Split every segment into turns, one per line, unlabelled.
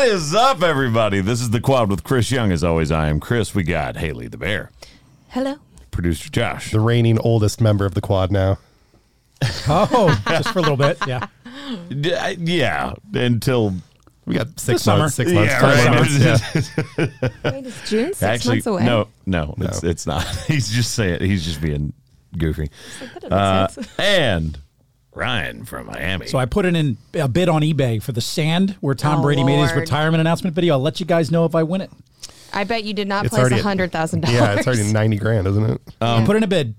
is up, everybody? This is the Quad with Chris Young. As always, I am Chris. We got Haley the Bear,
Hello.
producer Josh,
the reigning oldest member of the quad now.
Oh, just for a little bit. Yeah.
D- I- yeah, until
We got six
This summer.
months, six months,
Yeah,
five
right.
months. Yeah.
Wait, it's June six
actually
months away.
no, no, it's it's not. He's just saying he's just being goofy.
That doesn't make
Uh,
sense.
and Ryan from Miami.
So I put it in a bid on eBay for the sand where Tom
Oh,
Brady made his
Lord.
retirement announcement video. I'll let you guys know if I win it.
I bet you did not
It's
place
already
a
at-
hundred thousand dollars.
Yeah, it's already ninety grand, isn't it?
I put in a bid.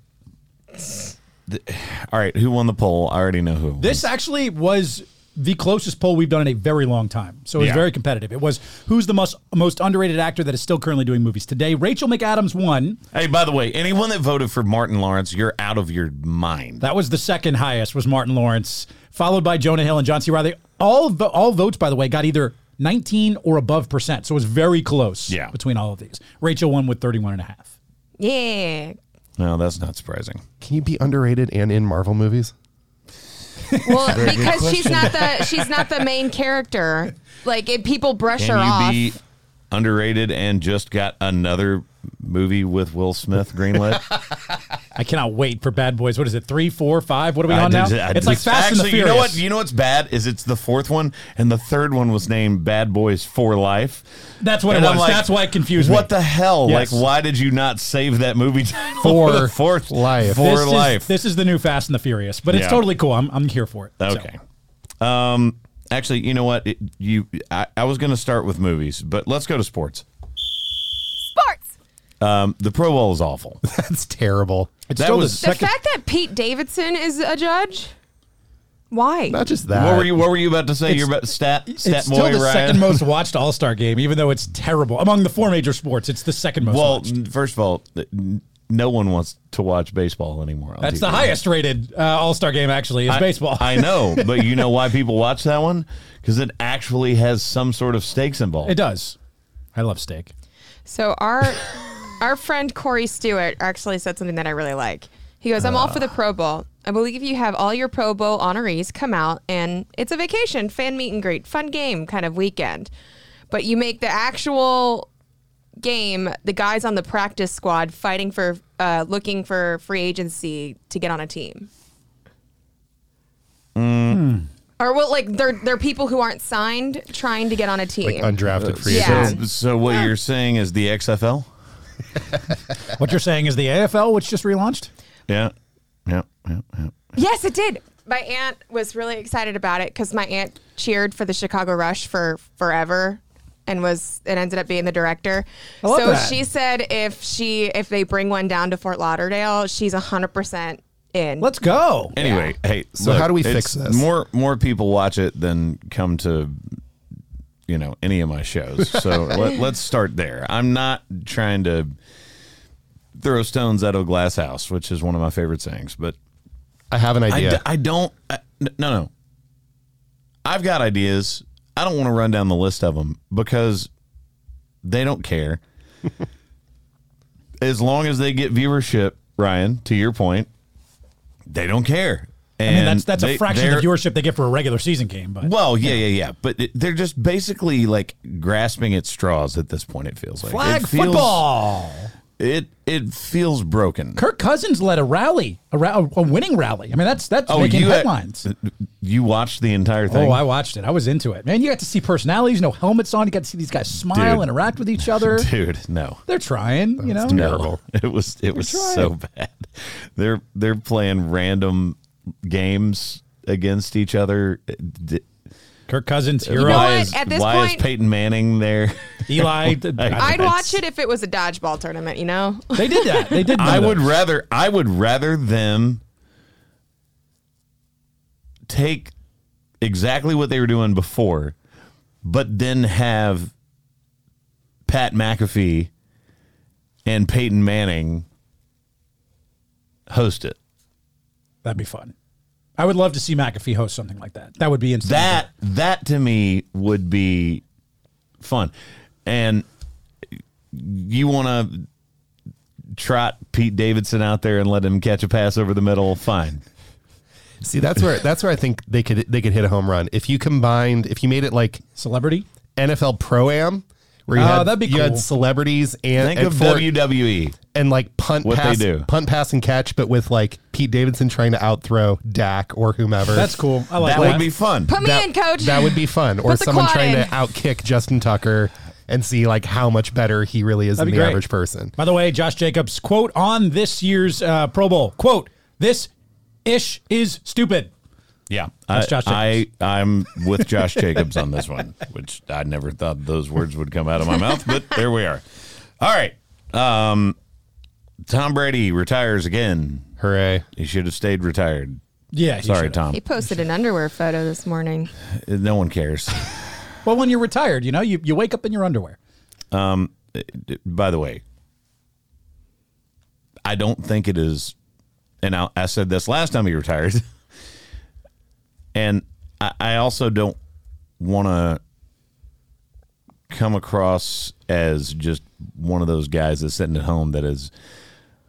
All right, who won the poll? I already know who.
This actually was the closest poll we've done in a very long time. So it was
Yeah.
very competitive. It was who's the most most underrated actor that is still currently doing movies today. Rachel McAdams won.
Hey, by the way, anyone that voted for Martin Lawrence, you're out of your mind.
That was the second highest was Martin Lawrence, followed by Jonah Hill and John C. Riley. All vo- all votes, by the way, got either 19 or above percent. So it was very close
Yeah.
between all of these. Rachel won with 31 and a half.
Yeah.
No, that's not surprising.
Can you be underrated and in Marvel movies?
Well, because she's not the she's not the main character. Like it, people brush
Can
her
you
off.
be underrated and just got another movie with Will Smith greenlit?
I cannot wait for Bad Boys. What is it? Three, four, five? What are we
I
on now?
did- I
it's like
just-
Fast
actually,
and the Furious.
You know what? You know what's bad is it's the fourth one, and the third one was named Bad Boys for Life.
That's what it
And I'm
was.
like,
That's why it confused me.
What the hell?
Yes.
Like, why did you not save that movie title
For
the fourth
Life.
For
this
life.
Is, this is the new Fast and the Furious, but it's
Yeah.
totally cool. I'm, I'm here for it. So.
Okay. Um. Actually, you know what? It, you, I, I was going to start with movies, but let's go to sports.
Sports.
Um, the Pro Bowl is awful.
That's terrible.
It's
That
still
was-
the
The
second.
fact that Pete Davidson is a judge. Why?
Not just that.
what were you? What were you about to say?
It's-
You're about stat stat
It's
boy
still the
Ryan?
second most watched All Star game, even though it's terrible. Among the four major sports, it's the second most
Well,
watched.
n- first of all, th- n- no one wants to watch baseball anymore. on
That's the
TV.
highest rated uh, All Star game, actually, is
I-
baseball.
I know, but you know why people watch that one? Because it actually has some sort of stakes involved.
it does. I love steak.
So our our friend Corey Stewart actually said something that I really like. He goes, "I'm all for the Pro Bowl. I believe you have all your Pro Bowl honorees come out, and it's a vacation, fan meet and greet, fun game kind of weekend. But you make the actual game the guys on the practice squad fighting for, uh, looking for free agency to get on a team." Or well, like they're they're people who aren't signed trying to get on a team.
like undrafted free
Yeah.
agents?
So, so what you're saying is the XFL?
What you're saying is the AFL, which just relaunched?
Yeah, yeah, yeah, yeah.
Yes, it did. My aunt was really excited about it because my aunt cheered for the Chicago Rush for forever, and was it ended up being the director.
I love
so
that.
she said if she if they bring one down to Fort Lauderdale, she's hundred percent in.
Let's go.
Anyway, hey,
So how do we fix
it's-
this?
More more people watch it than come to you know any of my shows. So let, let's start there. I'm not trying to throw stones out of a glass house, which is one of my favorite sayings, but
I have an
I
idea.
d- I don't. I, n- no, no. I've got ideas. I don't want to run down the list of them because they don't care. as long as they get viewership, Ryan, to your point, they don't care. And
I mean, that's that's
they-
a fraction of
they're-
the viewership they get for a regular season game, but
Well, yeah, yeah, yeah. But it- they're just basically like grasping at straws at this point. It feels like
flag
it feels,
football.
It it feels broken.
Kirk Cousins led a rally, a, ra- a winning rally. I mean, that's that's making
had-
headlines.
Oh, you watched the entire thing.
oh, I watched it. I was into it, man. You got to see personalities, no helmets on. You got to see these guys smile,
Dude.
interact with each other.
dude. No,
They're trying, you know.
No, it was it was
trying.
so bad. They're they're playing random games against each other. D-
Kirk Cousins, hero.
know
why
what?
is,
At this
why
point-
is Peyton Manning there?
Eli. th-
I'd watch it if it was a dodgeball tournament, you know.
They did that. They did.
I
know
would
that.
rather I would rather them take exactly what they were doing before, but then have Pat McAfee and Peyton Manning host it.
That'd be fun. I would love to see McAfee host something like that. That would be insane.
that that to me would be fun and you want to trot pete davidson out there and let him catch a pass over the middle fine
See, that's where that's where I think they could they could hit a home run if you combined if you made it like
celebrity.
NFL Pro Am where you,
Oh,
had,
that'd be
you had
cool.
celebrities and,
Think
and
of E.
for-
WWE.
and like punt
What they
pass,
do.
punt pass and catch, but with like Pete Davidson trying to out throw Dak or whomever.
That's cool. I like
That
that.
would be fun.
Put me
that,
in, coach.
That would be fun. Or
Put the
someone
quad
trying
in.
to outkick Justin Tucker and see like how much better he really is
That'd
than
be
the
great.
average person.
By the way, Josh Jacobs quote on this year's uh, Pro Bowl quote: "This ish is stupid."
Yeah,
That's Josh
I,
Jacobs.
I am with Josh Jacobs on this one, which I never thought those words would come out of my mouth, but there we are. All right, um, Tom Brady retires again.
Hooray.
He should have stayed retired.
Yeah, he
Sorry,
should've.
Tom.
He posted an underwear photo this morning.
No one cares.
Well, when you're retired, you know you, you wake up in your underwear.
By the way, I don't think it is, and I, I said this last time he retired, and I, I also don't want to come across as just one of those guys that's sitting at home that is,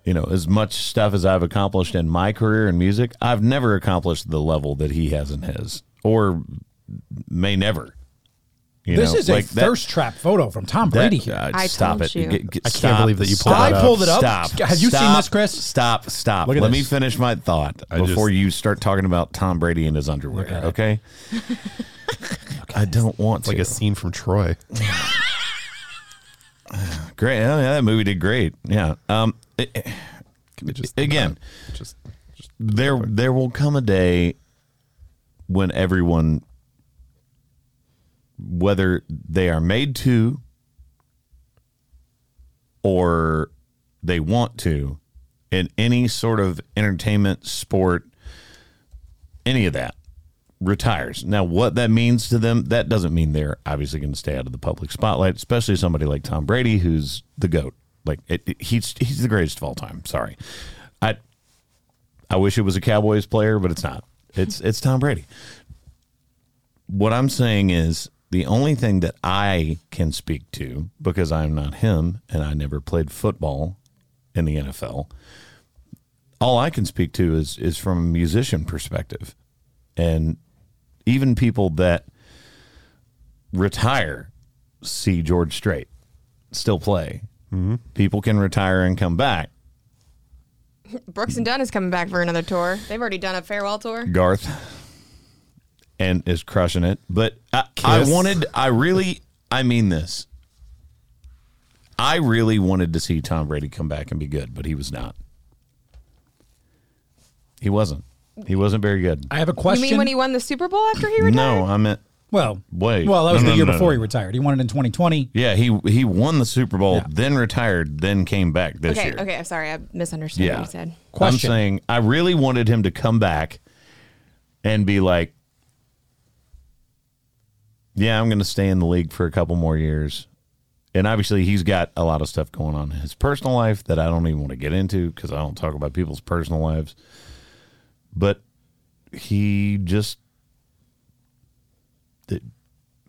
you know, as much stuff as I've accomplished in my career in music, I've never accomplished the level that he has in his, or may never. You
this
know,
is
like
a
that-
thirst trap photo from Tom
that-
Brady. here.
uh,
I
stop
told
it.
you.
Get- get-
I can't
stop.
believe that you pulled
Stop.
that up.
I pulled it up.
Stop.
Have you seen
Stop.
this, Chris?
Stop. Stop.
Look at
Let me
this.
finish my thought
just-
before you start talking about Tom Brady and his underwear. Okay. I don't want to.
Like a scene from Troy.
great. oh, yeah, that movie did great. Yeah. Um. it- again,
Just
there there will come a day when everyone, whether they are made to or they want to, in any sort of entertainment, sport, any of that, retires. Now, what that means to them, that doesn't mean they're obviously going to stay out of the public spotlight, especially somebody like Tom Brady, who's the goat. Like it, it- he's he's the greatest of all time. Sorry, I I wish it was a Cowboys player, but it's not. It's it's Tom Brady. What I'm saying is the only thing that I can speak to because I'm not him and I never played football in the NFL. All I can speak to is is from a musician perspective. And even people that retire see George Strait still play. People can retire and come back.
Brooks and Dunn is coming back for another tour. They've already done a farewell tour.
Garth and is crushing it. But I, I
Kiss.
wanted, I really, I mean this. I really wanted to see Tom Brady come back and be good, but he was not. He wasn't. He wasn't very good.
I have a question.
You mean when he won the Super Bowl after he retired?
No, I meant,
well,
Wait.
well, that was
No, no,
the year
no,
before
no.
he retired. He won it in 2020.
yeah, he he won the Super Bowl, then retired, then came back this
Okay,
year.
okay. I'm sorry. I misunderstood
Yeah.
what you said.
Question.
I'm saying I really wanted him to come back and be like, yeah, I'm going to stay in the league for a couple more years. And obviously, he's got a lot of stuff going on in his personal life that I don't even want to get into because I don't talk about people's personal lives. But he just it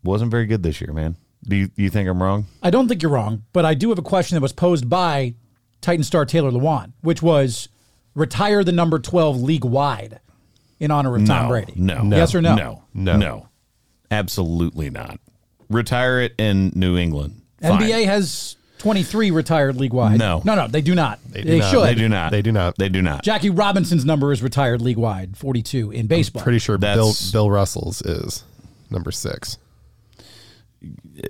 wasn't very good this year, man. Do you, you think I'm wrong?
I don't think you're wrong, but I do have a question that was posed by Titan star Taylor Lewan, which was retire the number 12 league wide in honor of Tom
no,
Brady.
No,
Yes or no?
No.
No.
No. Absolutely not. Retire it in New England. Fine.
NBA has 23 retired league wide.
No.
No, no, they do not. They,
do not.
should.
They do not.
They do not.
They do not.
Jackie Robinson's number is retired league wide, 42 in baseball.
pretty sure Bill
That's-
Bill Russell's is number six.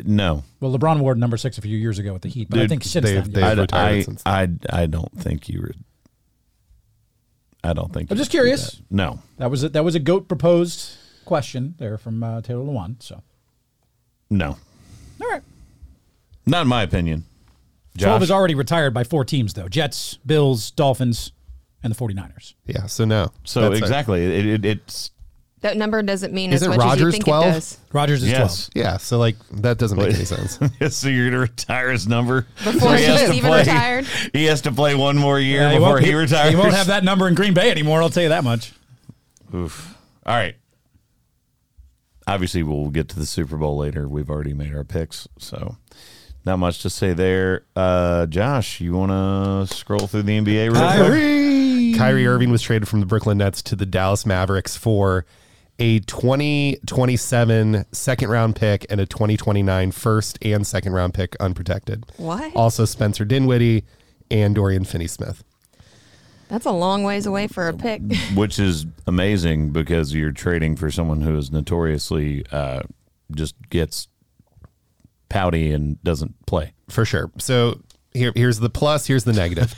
no.
well, LeBron Ward number six a few years ago with the Heat, but I
Dude,
think since
they've-
then.
they've-
yeah.
I,
retired
I,
since-
I, I don't think you were. I don't think.
I'm
you
just
would do
curious.
that. No.
that was a, that was a goat proposed question there from uh, Taylor Lewan. So,
No.
all right.
Not in my opinion.
12
Josh?
is already retired by four teams, though Jets, Bills, Dolphins, and the 49ers.
Yeah, so no.
So
That's it.
exactly. It, it, it's.
That number doesn't mean
Is
as
it
much as you
Rogers
think
12?
it does.
Rogers is
Yes.
Yeah, so like that doesn't make any sense.
so you're gonna retire his number
Before
he
he's
has to
even
play-
retired?
He has to play one more
12.
year
Yeah,
before
won't-
he retires.
He won't have that number in Green Bay anymore, I'll tell you that much.
Oof. All right. Obviously, we'll get to the Super Bowl later. We've already made our picks, so not much to say there. Uh, Josh, you want to scroll through the NBA real quick?
Kyrie Irving was traded from the Brooklyn Nets to the Dallas Mavericks for a 2027 second round pick and a 2029 first and second round pick unprotected.
What?
Also Spencer Dinwiddie and Dorian Finney-Smith.
That's a long ways away for a pick.
Mm.
which is amazing because you're trading for someone who is notoriously uh, just gets pouty and doesn't play.
for sure. So here, here's the plus. Here's the negative.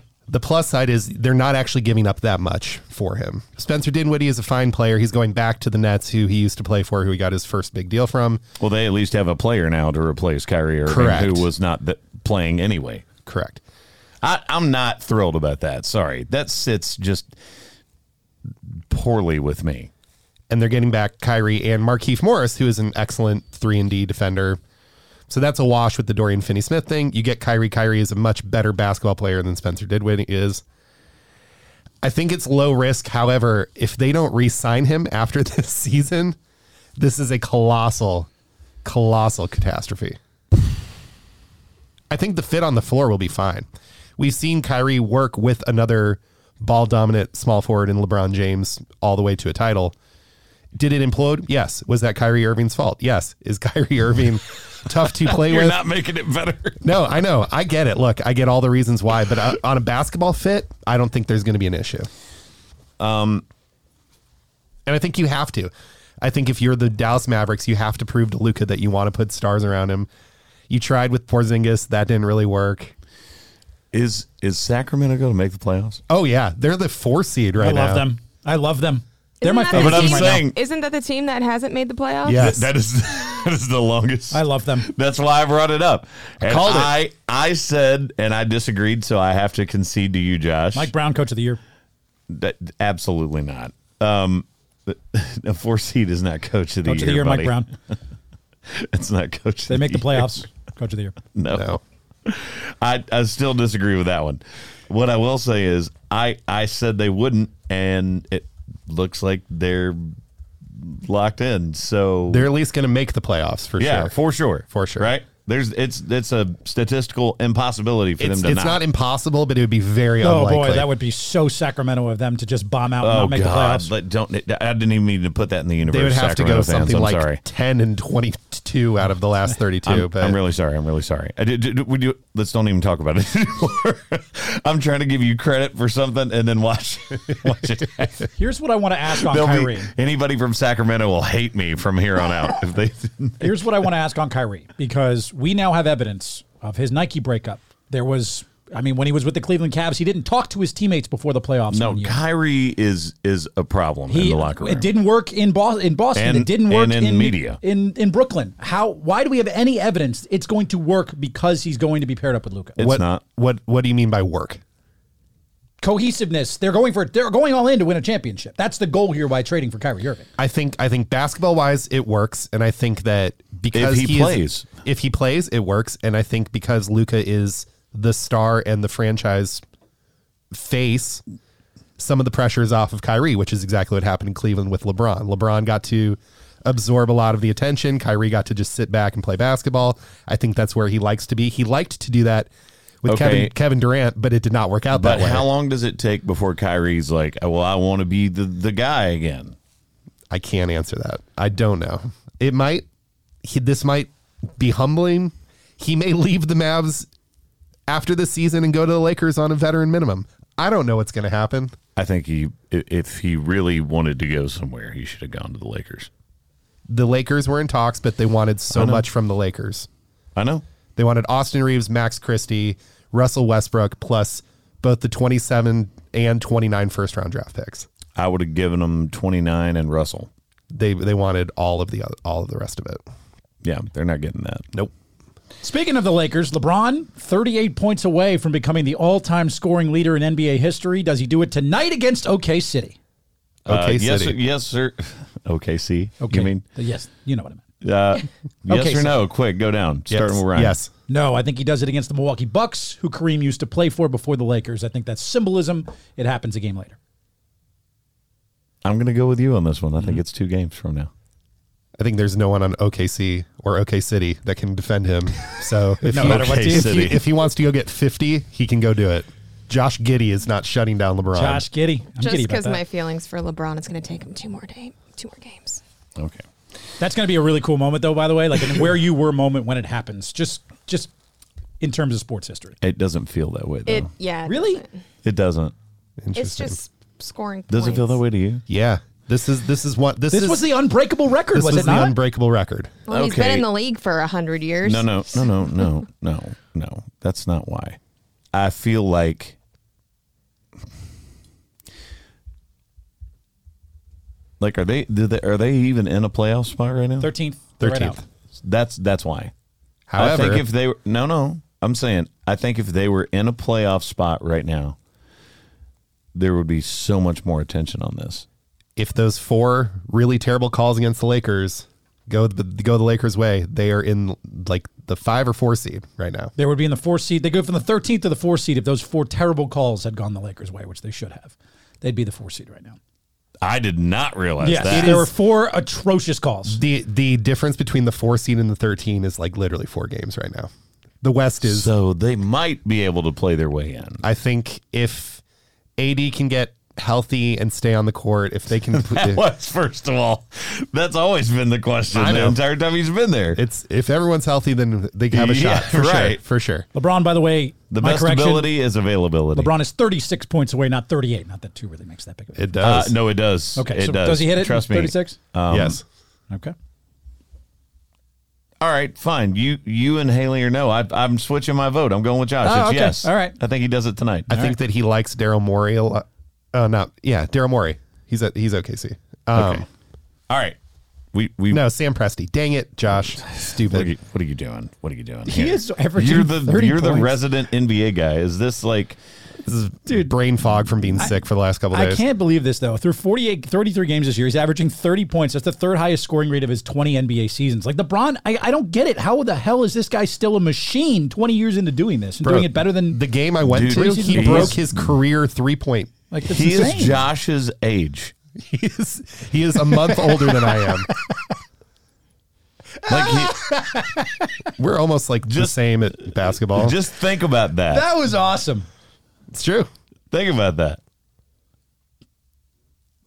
the plus side is they're not actually giving up that much for him. Spencer Dinwiddie is a fine player. He's going back to the Nets, who he used to play for, who he got his first big deal from.
Well, they at least have a player now to replace Kyrie Irving,
Correct.
who was not th- playing anyway.
Correct.
I, I'm not thrilled about that. Sorry, that sits just poorly with me.
And they're getting back Kyrie and Markeith Morris, who is an excellent three and D defender. So that's a wash with the Dorian Finney-Smith thing. You get Kyrie. Kyrie is a much better basketball player than Spencer Dinwiddie is. I think it's low risk. However, if they don't re-sign him after this season, this is a colossal, colossal catastrophe. I think the fit on the floor will be fine. We've seen Kyrie work with another ball dominant small forward in LeBron James all the way to a title. Did it implode? Yes. Was that Kyrie Irving's fault? Yes. Is Kyrie Irving tough to play
You're
with?
not making it better.
no, I know. I get it. Look, I get all the reasons why, but uh, on a basketball fit, I don't think there's going to be an issue. Um, and I think you have to. I think if you're the Dallas Mavericks, you have to prove to Luca that you want to put stars around him. You tried with Porzingis, that didn't really work.
Is is Sacramento going to make the playoffs?
Oh yeah, they're the four seed right
I love
now.
them. I love them. They're
Isn't
my
that
favorite
the
But I'm
team
team-
right
saying-
Isn't that the team that hasn't made the playoffs?
Yeah.
Th- that is that is the longest.
now. I love them.
That's why I brought it up. And
called it.
I I said and I disagreed, so I have to concede to you, Josh.
Mike Brown, coach of the year.
That- absolutely not. Um, the- a four seed is not coach of the
Coach
year.
of the year, Mike
buddy.
Brown.
It's not coach. of
They make the
year.
playoffs. Coach of the year.
No.
No.
I I still disagree with that one. What I will say is I I said they wouldn't, and it looks like they're locked in. So
They're at least going to make the playoffs for
yeah,
sure.
for sure,
For sure.
right? There's it's it's a statistical impossibility for
it's
them to
it's not impossible, but it would be very
Oh
unlikely.
boy, that would be so Sacramento of them to just bomb out and
Oh
not make
God!
the playoffs.
But don't I didn't even mean to put that in the universe.
they would have to go
Sacramento fans,
something
I'm
like
sorry.
10 and 22 out of the last 32
I'm,
but
I'm really sorry. I'm really sorry. I did, did- we do, let's don't even talk about it anymore. I'm trying to give you credit for something and then watch, watch it.
Here's what I want to ask on
They'll be-
Kyrie.
anybody from Sacramento will hate me from here on out if they.
Here's what I want to ask on Kyrie because we now have evidence of his Nike breakup. There was, I mean, when he was with the Cleveland Cavs, he didn't talk to his teammates before the playoffs.
no,
one year.
Kyrie is is a problem
He-
in the locker room.
It didn't work in Boston. In Boston,
And-
it didn't work
and in media.
in in Brooklyn. How? Why do we have any evidence it's going to work because he's going to be paired up with Luca?
It's
what,
not.
what what do you mean by work
Cohesiveness. They're going for. They're going all in to win a championship. That's the goal here by trading for Kyrie Irving.
i think i think basketball wise it works and i think that because
If he
is-
plays.
if he plays it works and i think because luca is the star and the franchise face some of the pressure is off of Kyrie, which is exactly what happened in Cleveland with LeBron. LeBron got to absorb a lot of the attention. Kyrie got to just sit back and play basketball. I think that's where he likes to be. He liked to do that with
Okay.
Kevin Kevin Durant, but it did not work out
but
that way.
how long does it take before Kyrie's like, "Oh, well, I want to be the, the guy again?
I can't answer that. I don't know. It might. He, this might be humbling. He may leave the Mavs after the season and go to the Lakers on a veteran minimum. I don't know what's going to happen.
I think he, i- if he really wanted to go somewhere, he should have gone to the Lakers.
The Lakers were in talks, but they wanted so much from the Lakers.
I know.
They wanted Austin Reeves, Max Christie, Russell Westbrook, plus both the 27 and 29 first round draft picks.
I would have given him 29 and Russell.
They they wanted all of the oth- all of the rest of it.
Yeah, they're not getting that.
Nope.
Speaking of the Lakers, LeBron, 38 points away from becoming the all-time scoring leader in NBA history. Does he do it tonight against OK City?
Uh,
Okay,
yes, sir,
City.
yes, sir. OKC. Okay. You mean
yes, you know what I mean.
uh, yes
Okay,
or
sir.
no? Quick, go down.
Yes.
Starting with Ryan.
Yes.
No, I think he does it against the Milwaukee Bucks, who Kareem used to play for before the Lakers. I think that's symbolism. It happens a game later.
I'm going to go with you on this one. I think it's two games from now.
I think there's no one on OKC or OK City that can defend him. So if,
No
he,
matter what
if
team.
he-
City.
if he wants to go get 50, he can go do it. Josh Giddy is not shutting down LeBron.
Um,
Josh Giddy. I'm
Just
giddy about
because
that.
my feelings for LeBron, it's going to take him two more days. Two more games.
Okay.
That's going to be a really cool moment, though. By the way, like a where you were moment when it happens. Just, just in terms of sports history.
It doesn't feel that way though.
It
It,
yeah. it
Really?
doesn't.
doesn't.
It's
Interesting.
just scoring.
Does it feel
points.
that way to you?
yeah. This is this is what this,
This
is
was the unbreakable record,
this
was,
was
it
the
not?
unbreakable record.
Well, he's been
Okay.
in the league for a hundred years.
No, no, no, no, no, no, no. That's not why. I feel like like are they, do they are they even in a playoff spot right now?
Thirteenth.
13th.
That's that's why.
However,
I think if they were no no, I'm saying I think if they were in a playoff spot right now, there would be so much more attention on this.
if those four really terrible calls against the Lakers go the, go the Lakers' way, they are in like the five or four seed right now.
They would be in the four seed. They go from the 13th to the four seed if those four terrible calls had gone the Lakers' way, which they should have. They'd be the four seed right now.
I did not realize
Yes,
that.
there were four atrocious calls.
The the difference between the four seed and the thirteen is like literally four games right now. The West is
So they might be able to play their way in.
I think if AD can get healthy and stay on the court, if they can,
Was first of all, that's always been the question
I know.
the entire time he's been there.
it's if everyone's healthy, then they can have a
Yeah,
shot for
right.
sure, for sure.
LeBron, by the way,
the
my
best
correction,
ability is availability.
LeBron is 36 points away, not 38. Not that two really makes that big of a
It
uh,
does.
no, it does.
Okay,
it
so
does.
does he hit it?
Trust me.
36?
Um,
yes.
Okay.
All right, fine. You you and Haley or no? I, I'm switching my vote. I'm going with Josh.
Oh,
it's
okay.
yes.
All right.
I think he does it tonight.
I think that he likes Daryl Morey a lot. Uh, not yeah, Daryl Morey. He's at he's OKC. Um,
Okay. All right. We we
No, Sam Presti. Dang it, Josh.
What are, you,
Stupid.
what are you doing? What are you doing?
He
here?
is averaging
You're the
30
you're the
points.
resident NBA guy. Is this like
This is brain fog from being sick for the last couple
I
days.
can't believe this, though. Through 48, 33 games this year, he's averaging 30 points. That's the third highest scoring rate of his 20 NBA seasons. Like LeBron, I, I don't get it. How the hell is this guy still a machine 20 years into doing this and
Bro,
doing it better than
The game I went
Dude,
to,
preseason
he
he's-
broke his career three point.
like that's
he
insane.
is Josh's age?
He is he is a month older than I am.
Like he,
We're almost like the
Just-
same at basketball.
just think about that.
Oh. That was awesome.
it's true.
Think about that.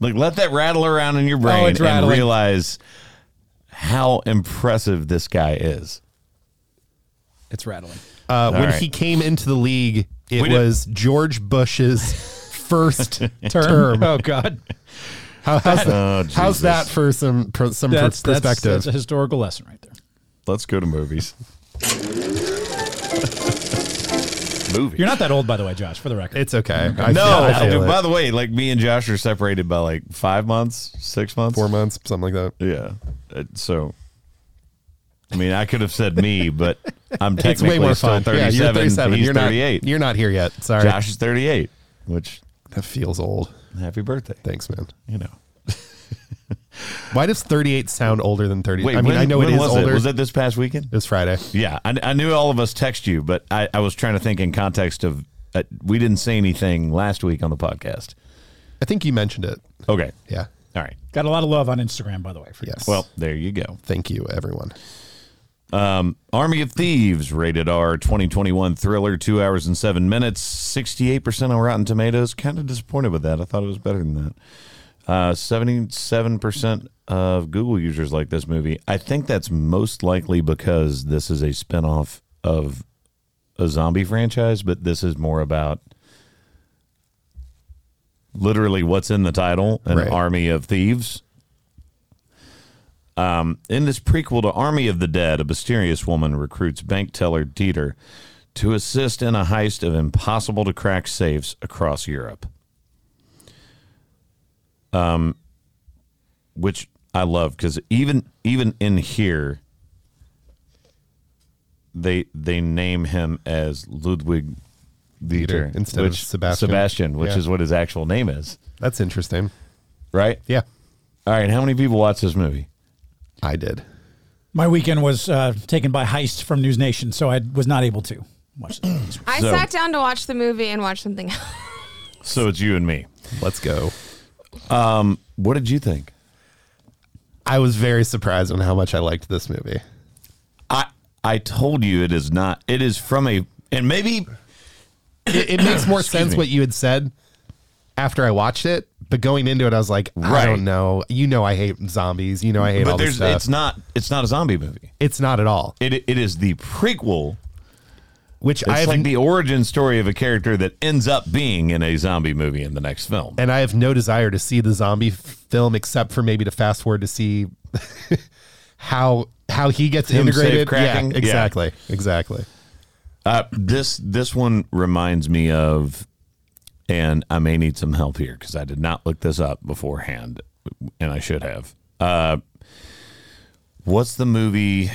Like let that rattle around in your brain
Oh, it's
and
rattling.
realize how impressive this guy is.
It's rattling.
Um,
Uh, when
right.
he came into the league, it
We did-
was George Bush's first
Term.
term.
Oh God.
How- how's, that, how's
Uh, Oh, Jesus.
that for some per, some per-
That's, that's-
perspective?
that's a historical lesson right there.
Let's go to movies. movies.
You're not that old, by the way, Josh. For the record,
it's okay. I
no,
feel- I feel
dude,
it.
by the way, like me and Josh are separated by like five months, six months,
four months, something like that.
Yeah. Uh, So, I mean, I could have said me, but I'm
It's way
technically
more
still
fun.
37.
Yeah, you're 37.
He's
you're not.
38.
You're not here yet. Sorry.
Josh is 38, which
That feels old.
happy birthday.
Thanks, man.
You know.
Why does 38 sound older than 30?
Wait,
I mean,
when-
I know it
when
is
was
older.
Was it this past weekend?
It was Friday.
Yeah, I, I knew all of us text you, but I, I was trying to think in context of uh, we didn't say anything last week on the podcast.
I think you mentioned it.
Okay.
Yeah.
All right.
got a lot of love on Instagram, by the way. For
Yes.
Well, there you go.
thank you, everyone.
Army of Thieves, rated R, 2021 thriller, two hours and seven minutes, 68% on Rotten Tomatoes. Kind of disappointed with that. I thought it was better than that. Uh, 77% of Google users like this movie. I think that's most likely because this is a spinoff of a zombie franchise, but this is more about literally what's in the title an
Right.
army of thieves. Um, In this prequel to Army of the Dead, a mysterious woman recruits bank teller Dieter to assist in a heist of impossible to crack safes across Europe. Um, which I love because even even in here, they they name him as Ludwig Dieter,
Dieter instead of Sebastian.
Sebastian, which
Yeah.
is what his actual name is,
That's interesting.
right?
Yeah.
All right, how many people watch this movie?
I did.
my weekend was uh, taken by heist from News Nation, so I was not able to watch this.
I
So-
sat down to watch the movie and watch something else.
So it's you and me.
Let's go.
What did you think?
I was very surprised on how much I liked this movie.
I I told you it is not. It is from a and maybe
It, it makes more sense
me.
what you had said after I watched it, but going into it, I was like, I
Right.
don't know. You know, I hate zombies. You know, I hate all
But there's
this stuff.
it's not it's not a zombie movie.
It's not at all.
It it is the prequel.
Which I
It's
have
like the origin story of a character that ends up being in a zombie movie in the next film.
and I have no desire to see the zombie f- film except for maybe to fast forward to see how how he gets
Him safe
integrated.
cracking?
Yeah,
Yeah.
exactly, exactly.
Uh, this this one reminds me of, and I may need some help here because I did not look this up beforehand, and I should have. Uh, what's the movie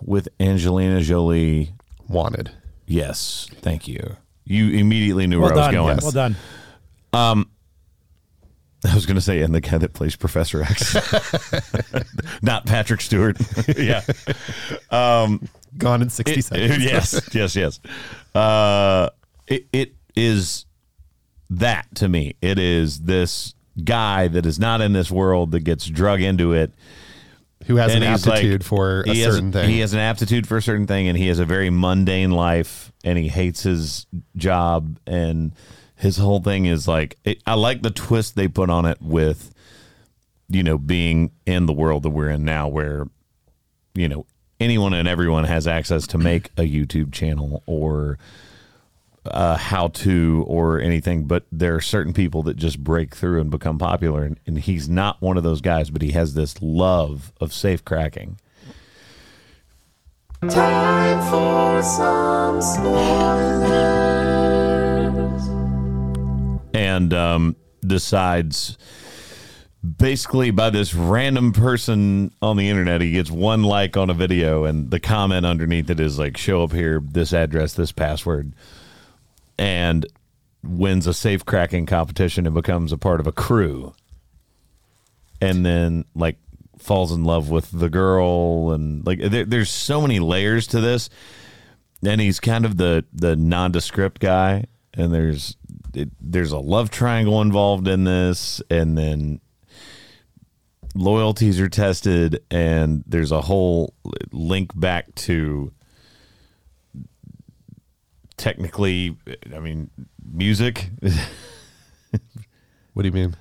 with Angelina Jolie?
Wanted.
Yes, thank you. You immediately knew
Well
where I was
done.
going.
Well done.
I was going to say, and the guy that plays Professor X, not Patrick Stewart. yeah.
Gone in sixty
It-
seconds.
yes, yes, yes. Uh, it, it is that to me. It is this guy that is not in this world that gets drug into it.
Who has an
he's like-
aptitude for a
he has-
certain thing?
He has an aptitude for a certain thing, and he has a very mundane life, and he hates his job, and his whole thing is like. It, I like the twist they put on it with, you know, being in the world that we're in now, where, you know, anyone and everyone has access to make a YouTube channel or a uh, how to or anything but there are certain people that just break through and become popular and, and he's not one of those guys but he has this love of safe cracking
Time for some spoilers.
and um, decides basically by this random person on the internet he gets one like on a video and the comment underneath it is like show up here this address this password and wins a safe cracking competition and becomes a part of a crew and then like falls in love with the girl and like there, there's so many layers to this and he's kind of the the nondescript guy and there's it, there's a love triangle involved in this and then loyalties are tested and there's a whole link back to technically i mean music
what do you mean?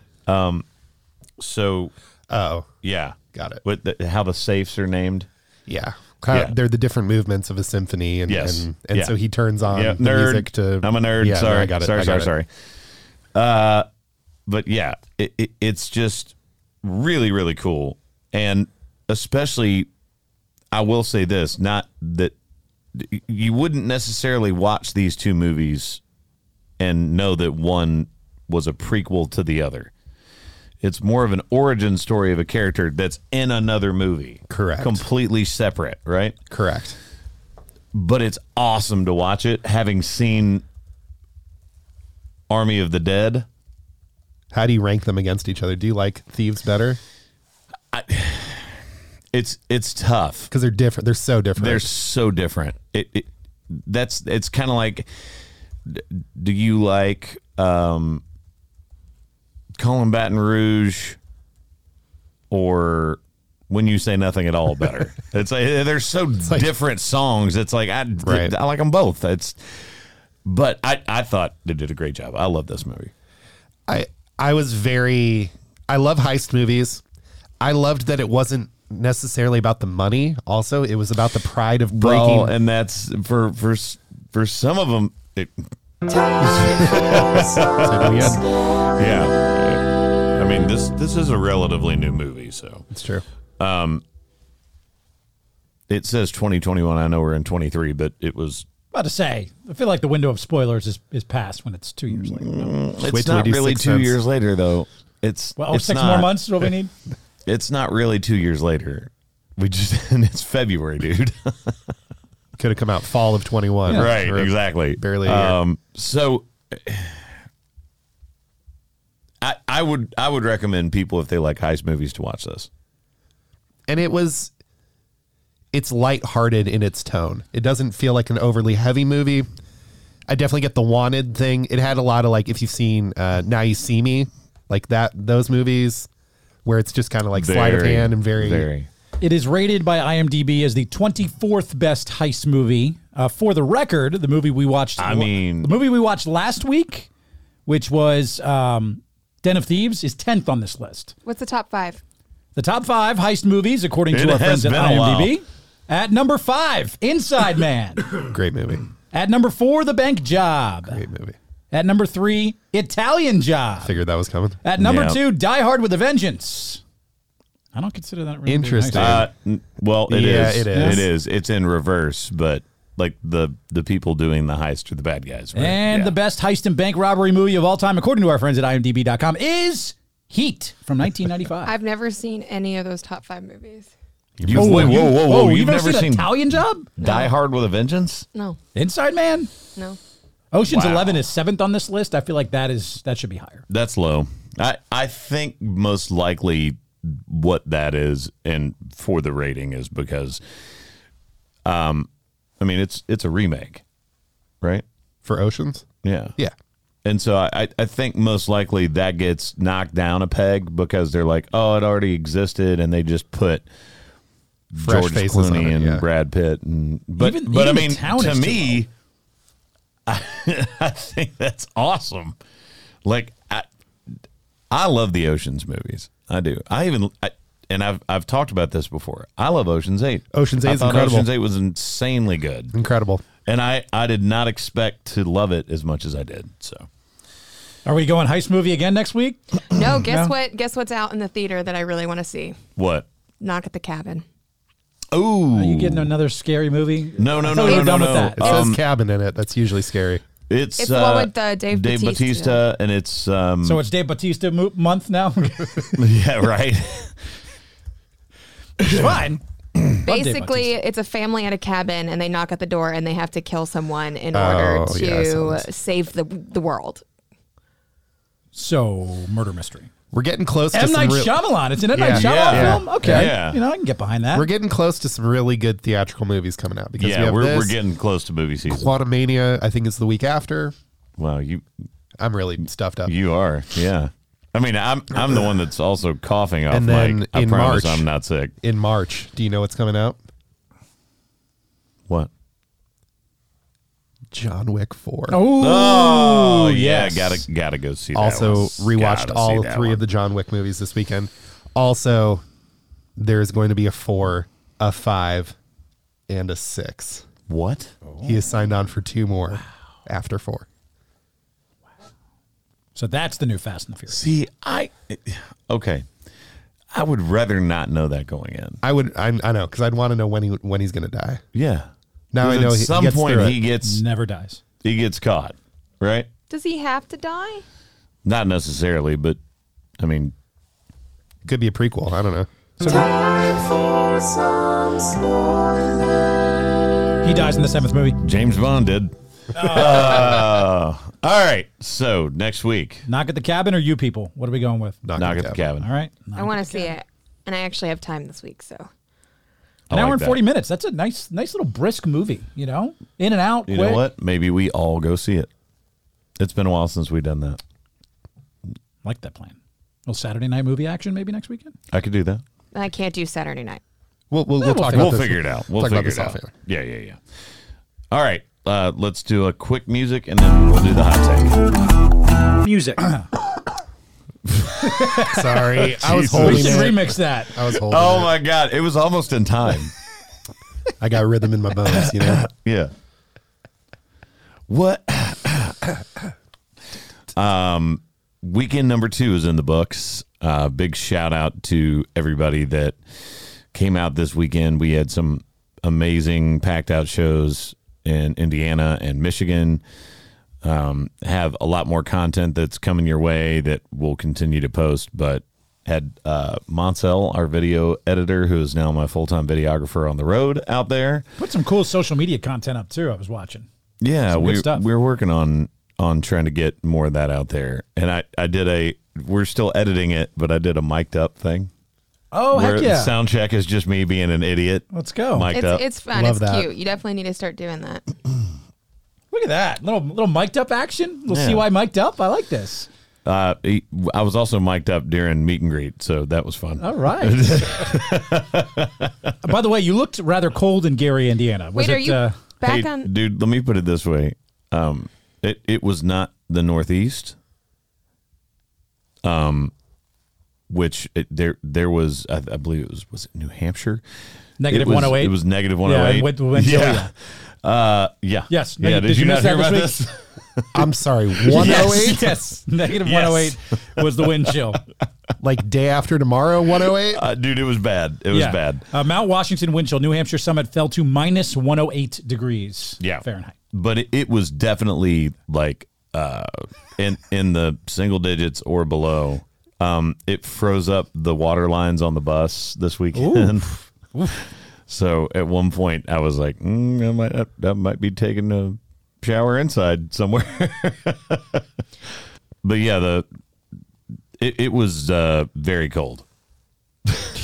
so
Oh,
yeah
Got it.
With the, how the safes are named
yeah. Kind of-
Yeah.
They're the different movements of a symphony, and
Yes.
and, and
Yeah.
so he turns on
yeah,
the
nerd.
music to.
I'm a nerd.
Yeah, no,
sorry,
I got it.
sorry,
I got
sorry, sorry.
it.
Uh, but yeah, it, it, it's just really, really cool, and especially, I will say this: not that you wouldn't necessarily watch these two movies and know that one was a prequel to the other. It's more of an origin story of a character that's in another movie.
Correct.
Completely separate, right?
Correct.
but it's awesome to watch it having seen Army of the Dead.
How do you rank them against each other? Do you like Thieves better?
It's it's tough.
Because they're different. They're so different.
They're so different. It, it that's it's kind of like d- do you like um Colin Baton Rouge or when you say nothing at all better. it's like they're so
like-
different songs. It's like I
Right.
I like them both. It's but I I thought they did a great job. I love this movie.
I I was very I love heist movies. I loved that it wasn't necessarily about the money. Also, it was about the pride of breaking.
Well, and that's for for s- for some of them. It, yeah, I mean this this is a relatively new movie, so
it's true.
it says 2021. I know we're in 23, but it was.
About to say, I feel like the window of spoilers is, is past when it's two years later.
wait
It's
till we
not
do
really
Sixth
two
Sense.
years later, though. It's
Well, oh,
Mm. it's
six
not,
more months is what we need.
It's not really two years later. We just and it's February, dude.
Could have come out fall of twenty one.
right, exactly.
barely a year.
Um, so, I I would I would recommend people if they like heist movies to watch this.
And it was. It's lighthearted in its tone. It doesn't feel like an overly heavy movie. I definitely get the wanted thing. It had a lot of like if you've seen uh, Now You See Me, like that those movies where it's just kind of like sleight of
Very,
hand and very,
very.
It is rated by IMDb as the 24th best heist movie. Uh, for the record, the movie we watched
I mean-
the movie we watched last week which was um, Den of Thieves, is 10th on this list.
What's the top five?
The top five heist movies, according
It
to our
has
friends at
been a while.
IMDb. At number five, Inside Man.
Great movie.
At number four, The Bank Job.
Great movie.
At number three, Italian Job.
Figured that was coming.
At number
Yeah.
two, Die Hard with a Vengeance. I don't consider that really a
Interesting.
Uh,
heist.
n- well, it is.
Yeah, it
It
is.
is. It's in reverse, but like the the people doing the heist are the bad guys, right?
and
Yeah.
the best heist and bank robbery movie of all time, according to our friends at IMDb.com, is Heat from 1995.
I've never seen any of those top five movies.
You, wait,
you-
whoa, whoa, whoa!
oh,
You've,
you've
never, seen
Italian Job?
Die Hard with a Vengeance?
No,
Inside Man?
no.
Ocean's
Wow.
Eleven is seventh on this list. I feel like that is that should be higher.
That's low. I I think most likely what that is, and for the rating is because, um, I mean it's it's a remake, right?
For Oceans?
Yeah.
Yeah.
And so I- I, I think most likely that gets knocked down a peg because they're like, oh, it already existed, and they just put
Fresh
George
faces
Clooney
on it,
and
yeah.
Brad Pitt, and but
Even-
but
even the
I mean
town
to
is too
me, I, I think that's awesome. Like I, I love the Ocean's movies. I do. I even I, and I've I've talked about this before. I love Ocean's Eight.
Ocean's
I
Eight's
thought
incredible.
Ocean's Eight was insanely good,
Incredible.
and I I did not expect to love it as much as I did. So.
Are we going heist movie again next week?
No, guess
No.
what? Guess what's out in the theater that I really want to see?
What?
Knock at the Cabin.
Oh,
Are you getting another scary movie?
No, no,
I thought
no,
we were
no,
done
no, Um,
with
no.
that.
It says cabin in it. That's usually scary.
It's,
It's the
uh,
one with, uh, Dave Bautista.
Bautista, and it's um,
So it's Dave Batista mo- month now.
yeah, right.
Fine. Dave
Basically, it's a family at a cabin, and they knock at the door, and they have to kill someone in order
Oh, yeah,
to
sounds-
save the the world.
So murder mystery.
We're getting close to
M
some
Night
real-
Shyamalan. It's an M Night Shyamalan
Yeah. Yeah.
film. Okay,
Yeah.
you know I can get behind that.
We're getting close to some really good theatrical movies coming out because we
yeah,
have
we're,
this.
we're getting close to movie season.
Quantumania, I think it's the week after.
wow, you
I'm really stuffed up.
you are, yeah. I mean, I'm I'm the one that's also coughing off.
And then
like, I
in
promise
March-
I'm not sick.
in March, do you know what's coming out?
What?
John Wick 4.
oh,
Oh yeah,
yes.
gotta gotta go see. that
also
one.
rewatched
Gotta
all
see that
three of
one.
the John Wick movies this weekend. Also, there's going to be a four, a five, and a six.
what?
He has signed on for two more after four.
So that's the new Fast and the Furious.
See, I okay. I would rather not know that going in.
I would, I, I know, because I'd want to know when he when he's going to die.
Yeah.
Now I
'Cause
know
at
he- he
some
gets
point
through it.
he gets
Never dies.
he gets caught, right?
Does he have to die?
Not necessarily, but I mean,
Could be a prequel. I don't know.
Time for some spoilers.
He dies in the seventh movie.
James Bond did. Uh, all right. So next week,
Knock at the cabin or you people? What are we going with?
knock, at the cabin.
All right.
I want to see it, and I actually have time this week, so
I
An hour
like
and
that.
forty minutes. That's a nice, nice little brisk movie. You know, in and out.
You
quick.
know what? Maybe we all go see it. It's been a while since we've done that.
Like that plan. Well, Saturday night movie action maybe next weekend.
I could do that.
I can't do Saturday night.
We'll, we'll, we'll talk about
we'll
this.
figure it out. We'll
talk
figure
about this
it out.
off air.
Yeah, yeah, yeah. All right. Uh, let's do a quick music and then we'll do the hot take.
Music.
Sorry. I was
Jesus.
holding
we should
it.
remix that.
I was holding
Oh
it.
my God. It was almost in time.
I got rhythm in my bones, you know?
Yeah. What? um, weekend number two is in the books. Uh, big shout out to everybody that came out this weekend. We had some amazing packed out shows in Indiana and Michigan. Um, have a lot more content that's coming your way that we'll continue to post, but had uh, Monsell, our video editor, who is now my full time videographer on the road out there.
Put some cool social media content up too. I was watching.
Yeah,
Some good
we
stuff.
we're working on on trying to get more of that out there. And I I did a we're still editing it, but I did a mic'd up thing.
Oh
where
heck yeah!
the sound check is just me being an idiot.
Let's go.
Mic'd
It's
up.
it's fun.
Love
it's
that.
cute. You definitely need to start doing that.
Look at that little little mic'd up action. We'll see
Yeah.
why mic'd up. I like this.
uh, he- I was also mic'd up during meet and greet, so that was fun.
All right. By the way, you looked rather cold in Gary, Indiana. Was
Wait, are
it,
you
uh,
back
Hey,
on?
dude, let me put it this way. Um, it it was not the Northeast. Um, which it, there there was I, I believe it was was it New Hampshire
Negative
It was-
108?
It was negative one
Yeah,
hundred eight.
with- with
yeah.
Julia.
Uh, yeah.
Yes.
Yeah.
Neg-
Did, you, not
miss
hear
that
about
this
this?
week?
I'm sorry, 108?
Yes. oh Negative
Yes.
108 was the wind chill.
Like day after tomorrow, 108?
Uh, dude, it was bad. It was bad.
Uh, Mount Washington wind chill, New Hampshire summit fell to minus 108 degrees
Yeah.
Fahrenheit.
But it, it was definitely like uh, in in the single digits or below. Um, it froze up the water lines on the bus this weekend. so at one point, I was like, mm, I might I, I might be taking a shower inside somewhere. but yeah, the it, it was uh, very cold.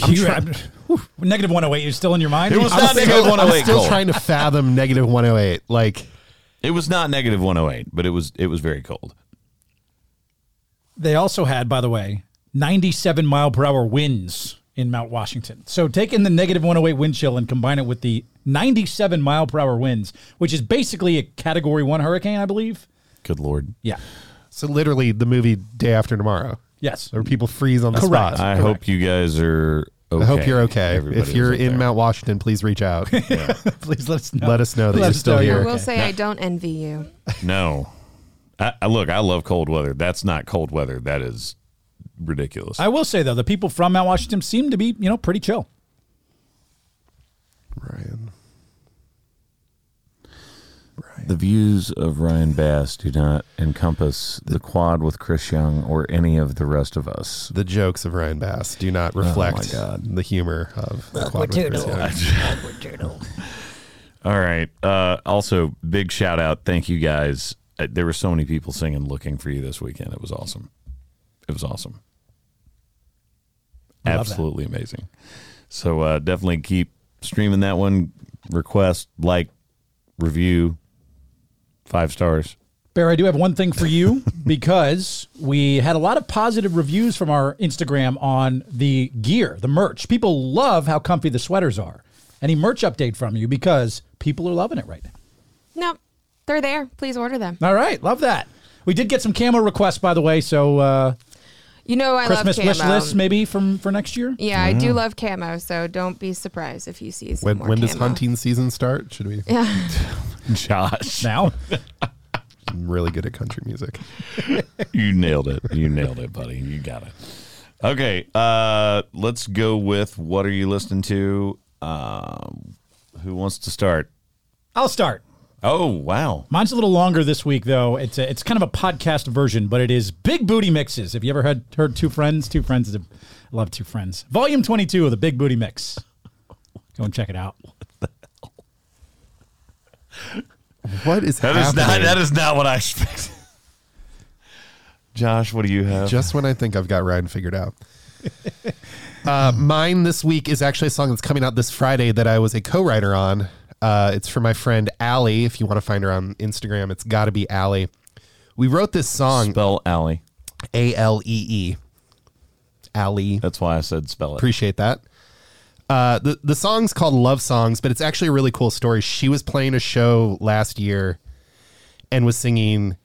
You- I'm- whew, negative 108 is still in your mind?
It was
I'm
not
still-
negative
I'm
108
still
cold.
trying to fathom negative 108. Like,
It was not negative 108, but it was it was very cold.
They also had, by the way, 97 mile per hour winds in Mount Washington. So taking the negative 108 wind chill and combine it with the 97 mile per hour winds, which is basically a category one hurricane, I believe.
Good lord.
Yeah.
so literally the movie Day After Tomorrow,
Yes.
where people freeze on the
Correct.
spot.
I hope you guys are okay.
I hope you're okay.
Everybody
if you're
is
in
there.
Mount Washington, please reach out.
Please let us know.
Let us know that
Let
you're
us
still
know
here.
I
you're Okay.
will say I don't envy you.
No. I, I look, I love cold weather. That's not cold weather. That is ridiculous.
I will say though, the people from Mount Washington seem to be, you know, pretty chill.
Ryan.
the views of Ryan Bass do not encompass the quad with Chris Young or any of the rest of us.
The jokes of Ryan Bass do
Oh,
not reflect the humor of the Quadrupeds.
All right. Uh, also, big shout out. Thank you guys. Uh, There were so many people singing Looking for You this weekend. It was awesome. It was awesome.
I love that.
Absolutely amazing. So uh, definitely keep streaming that one. Request, like, review, five stars.
Bear, I do have one thing for you because we had a lot of positive reviews from our Instagram on the gear, the merch. People love how comfy the sweaters are. Any merch update from you because people are loving it right now.
No, they're there. Please order them.
All right, love that. We did get some camo requests, by the way. So uh,
You know I
Christmas
love
wish
camo.
list maybe from for next year.
Yeah, I do love camo, so don't be surprised if you see some
Mm. When,
more
when does
camo.
hunting season start? Should we?
Yeah,
Josh,
Now,
I'm really good at country music.
you nailed it. You nailed it, buddy. You got it. Okay. Uh, let's go with what are you listening to? Um, who wants to start?
I'll start.
Oh, wow.
Mine's a little longer this week, though. It's a, it's kind of a podcast version, but it is Big Booty Mixes. Have you ever heard, heard Two Friends? Two Friends is a, I love Two Friends. Volume 22 of the Big Booty Mix. Go and check it out.
What is
That is
happening?
not. That is not what I expected. Josh, what do you have?
Just when I think I've got Ryan figured out. Uh, mine this week is actually a song that's coming out this Friday that I was a co-writer on. Uh, it's for my friend Allie. If you want to find her on Instagram, it's got to be Allie. We wrote this song
spell alley.
A L E E. Allie.
That's why I said spell it.
Appreciate that. Uh, the the song's called Love Songs, but it's actually a really cool story. She was playing a show last year and was singing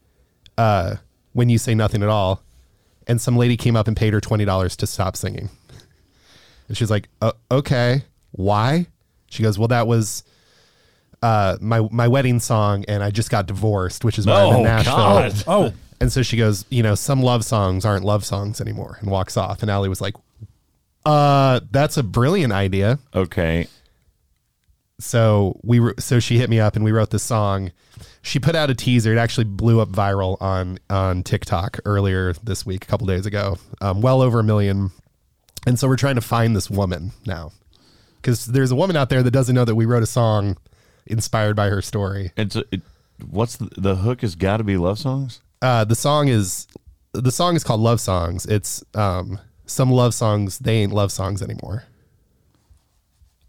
uh, "When You Say Nothing at All," and some lady came up and paid her twenty dollars to stop singing. And she's like, "O- "Okay, why?" She goes, "Well, that was." Uh, my my wedding song, and I just got divorced, which is why I'm
Oh,
in Nashville.
God.
Oh,
And so she goes, you know, some love songs aren't love songs anymore, and walks off. And Allie was like, "Uh, that's a brilliant idea."
okay.
So we were, so she hit me up, and we wrote this song. She put out a teaser. It actually blew up viral on on TikTok earlier this week, a couple days ago, um, well over a million. And so we're trying to find this woman now, because there's a woman out there that doesn't know that we wrote a song inspired by her story.
It's a, it, what's the, the hook? Has got to be love songs.
uh, the song is the song is called Love Songs. It's um, some love songs they ain't love songs anymore.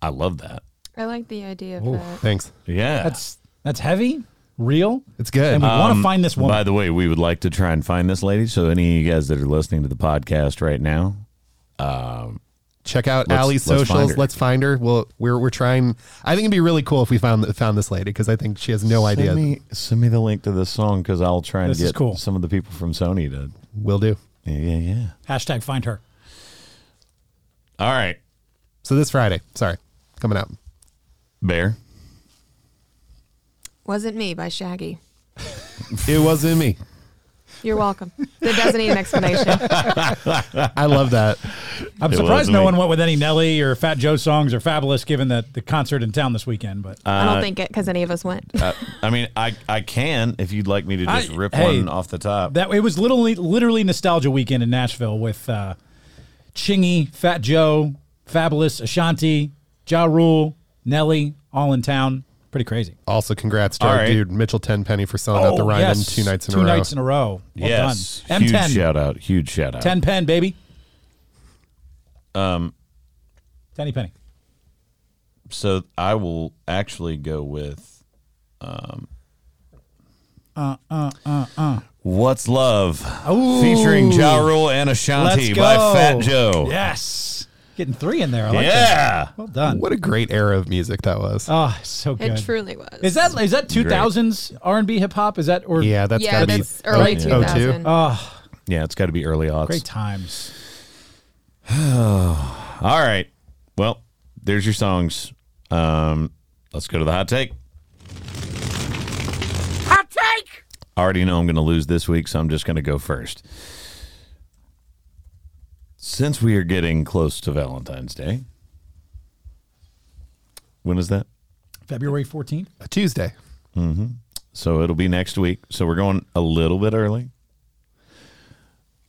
I love that.
I like the idea of that.
Thanks.
Yeah. Um,
that's that's heavy, real.
It's good.
And we want to find this woman.
By the way, we would like to try and find this lady. So any of you guys that are listening to the podcast right now,
Check out
Let's-
Allie's
let's
socials.
find her.
let's find her. Well, we're we're trying. I think it'd be really cool if we found found this lady because I think she has no idea.
Send me, send me the link to this song because I'll try and
This is
get
cool.
some of the people from Sony to
Will do.
Yeah, yeah, yeah.
Hashtag find her.
All right,
So this Friday, sorry, coming out.
Bear.
Wasn't me by Shaggy.
It wasn't me.
You're welcome. That doesn't need an explanation.
Uh, I love that.
I'm
It
surprised
was
no
me.
one went with any Nelly or Fat Joe songs or Fabulous, given that the concert in town this weekend. But
I don't think it because any of us went.
Uh, I mean, I I can if you'd like me to just
I-
rip
hey,
one off the top.
that it was literally literally nostalgia weekend in Nashville with uh, Chingy, Fat Joe, Fabulous, Ashanti, Ja Rule, Nelly, all in town. Pretty crazy.
Also, congrats to our
All right.
dude Mitchell Tenpenny for selling out the Rhinum two nights in
Oh, two
a row.
nights in a row. Well
yes,
done.
huge
M10,
shout out, huge shout out.
ten pen baby. Um,
Um,
Tenny penny.
So I will actually go with. Um, uh, uh, uh, uh. What's love? Featuring Ja Rule and Ashanti
Let's go.
by Fat Joe.
Yes, getting three in there. I like that.
yeah.
Well done.
what a great era of music that was.
Oh, so
It
good.
truly was.
Is that is that two thousands R and B hip hop? Is that or
yeah, that's
yeah,
gotta
that's
be
early
oh,
2000.
Yeah, it's got to be early aughts.
great times?
All right. Well, there's your songs. Um, let's go to the hot take. Hot take. I already know I'm going to lose this week, so I'm just going to go first. Since we are getting close to Valentine's Day, when is that?
February fourteenth.
A Tuesday.
So it'll be next week. So we're going a little bit early.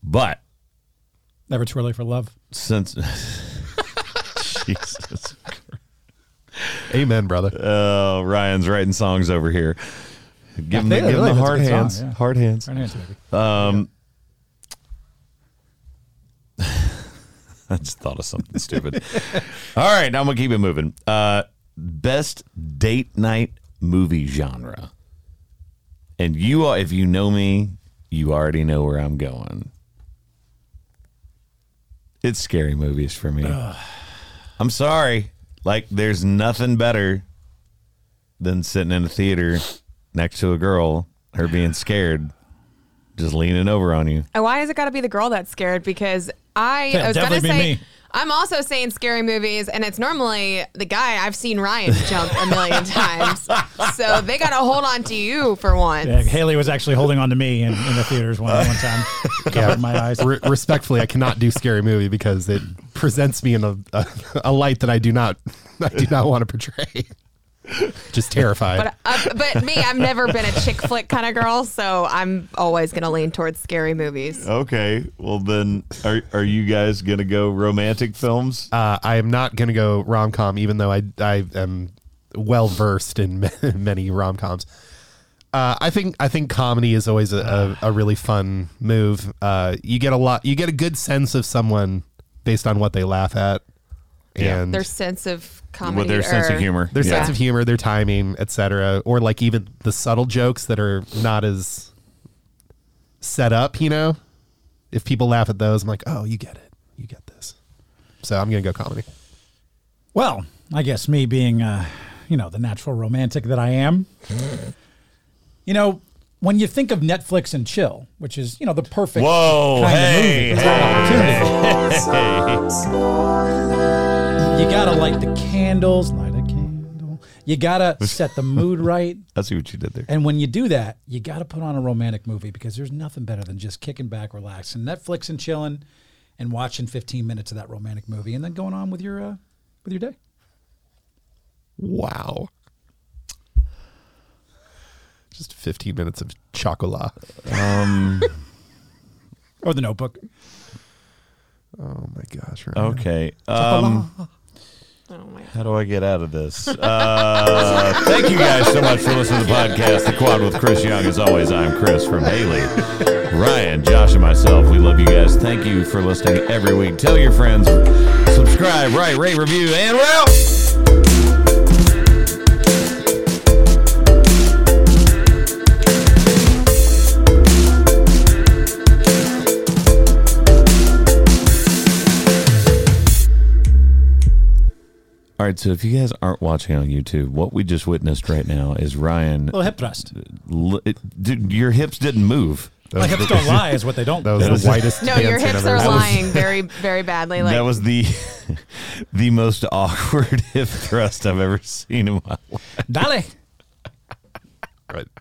But
Never too early for love.
since Jesus
Amen, brother.
Oh, Ryan's writing songs over here. Give him, the,
Yeah,
give him the
that's a
hard
good song,
hands.
yeah.
Hard hands.
Turn hands, baby.
I just thought of something stupid. All right, now I'm gonna keep it moving. Uh, best date night movie genre. And you are, if you know me, you already know where I'm going. It's scary movies for me. I'm sorry. Like, there's nothing better than sitting in a theater next to a girl, her being scared, just leaning over on you.
And Why has it got to be the girl that's scared? Because I,
Yeah,
I was gonna
definitely be
say
me.
I'm also saying scary movies, and it's normally the guy I've seen Ryan jump a million times. So they got to hold on to you for once.
Yeah, Haley was actually holding on to me in, in the theaters one one time, covered my eyes.
Re- respectfully, I cannot do scary movie because it presents me in a, a, a light that I do not I do not want to portray. Just terrified.
But, uh, but me, I've never been a chick flick kind of girl, so I'm always gonna lean towards scary movies.
Okay, well then, are are you guys gonna go romantic films?
uh, I am not going to go rom com, even though I I am well versed in many rom coms. Uh, I think I think comedy is always a, a, a really fun move. Uh, you get a lot, you get a good sense of someone based on what they laugh at,
Yeah.
and
Their sense of comedy,
With their sense
or-
of humor,
their
Yeah.
sense of humor, their timing, etc., or like even the subtle jokes that are not as set up. You know, if people laugh at those, I'm like, oh, you get it, you get this. So I'm gonna go comedy.
Well, I guess me being, uh, you know, the natural romantic that I am, you know, when you think of Netflix and chill, which is you know the perfect
Whoa!
kind
Hey,
of movie, it's an opportunity.
Spoilers.
You gotta light the candles, light a candle. You gotta set the mood right.
I see what you did there.
And when you do that, you got to put on a romantic movie because there's nothing better than just kicking back, relaxing, Netflix and chilling, and watching 15 minutes of that romantic movie, and then going on with your uh, with your day.
Wow. Just 15 minutes of chocolat.
Or the Notebook.
Oh my gosh. Ryan.
Okay. Um,
Oh my
how do I get out of this? Uh, thank you guys so much for listening to the podcast, The Quad with Chris Young. As always, I'm Chris from Haley, Ryan, Josh, and myself. We love you guys. Thank you for listening every week. Tell your friends, subscribe, write, rate, review, and we're out. All right, so if you guys aren't watching on YouTube, what we just witnessed right now is Ryan.
Little hip thrust.
Li- it- dude, your hips didn't move.
That
My
was
hips
the-
don't lie is what they don't.
That was the whitest.
No, your
pants I've
hips
ever
are
seen.
lying very, very badly. Like
that was the the most awkward hip thrust I've ever seen in my life.
Dolly.
Right.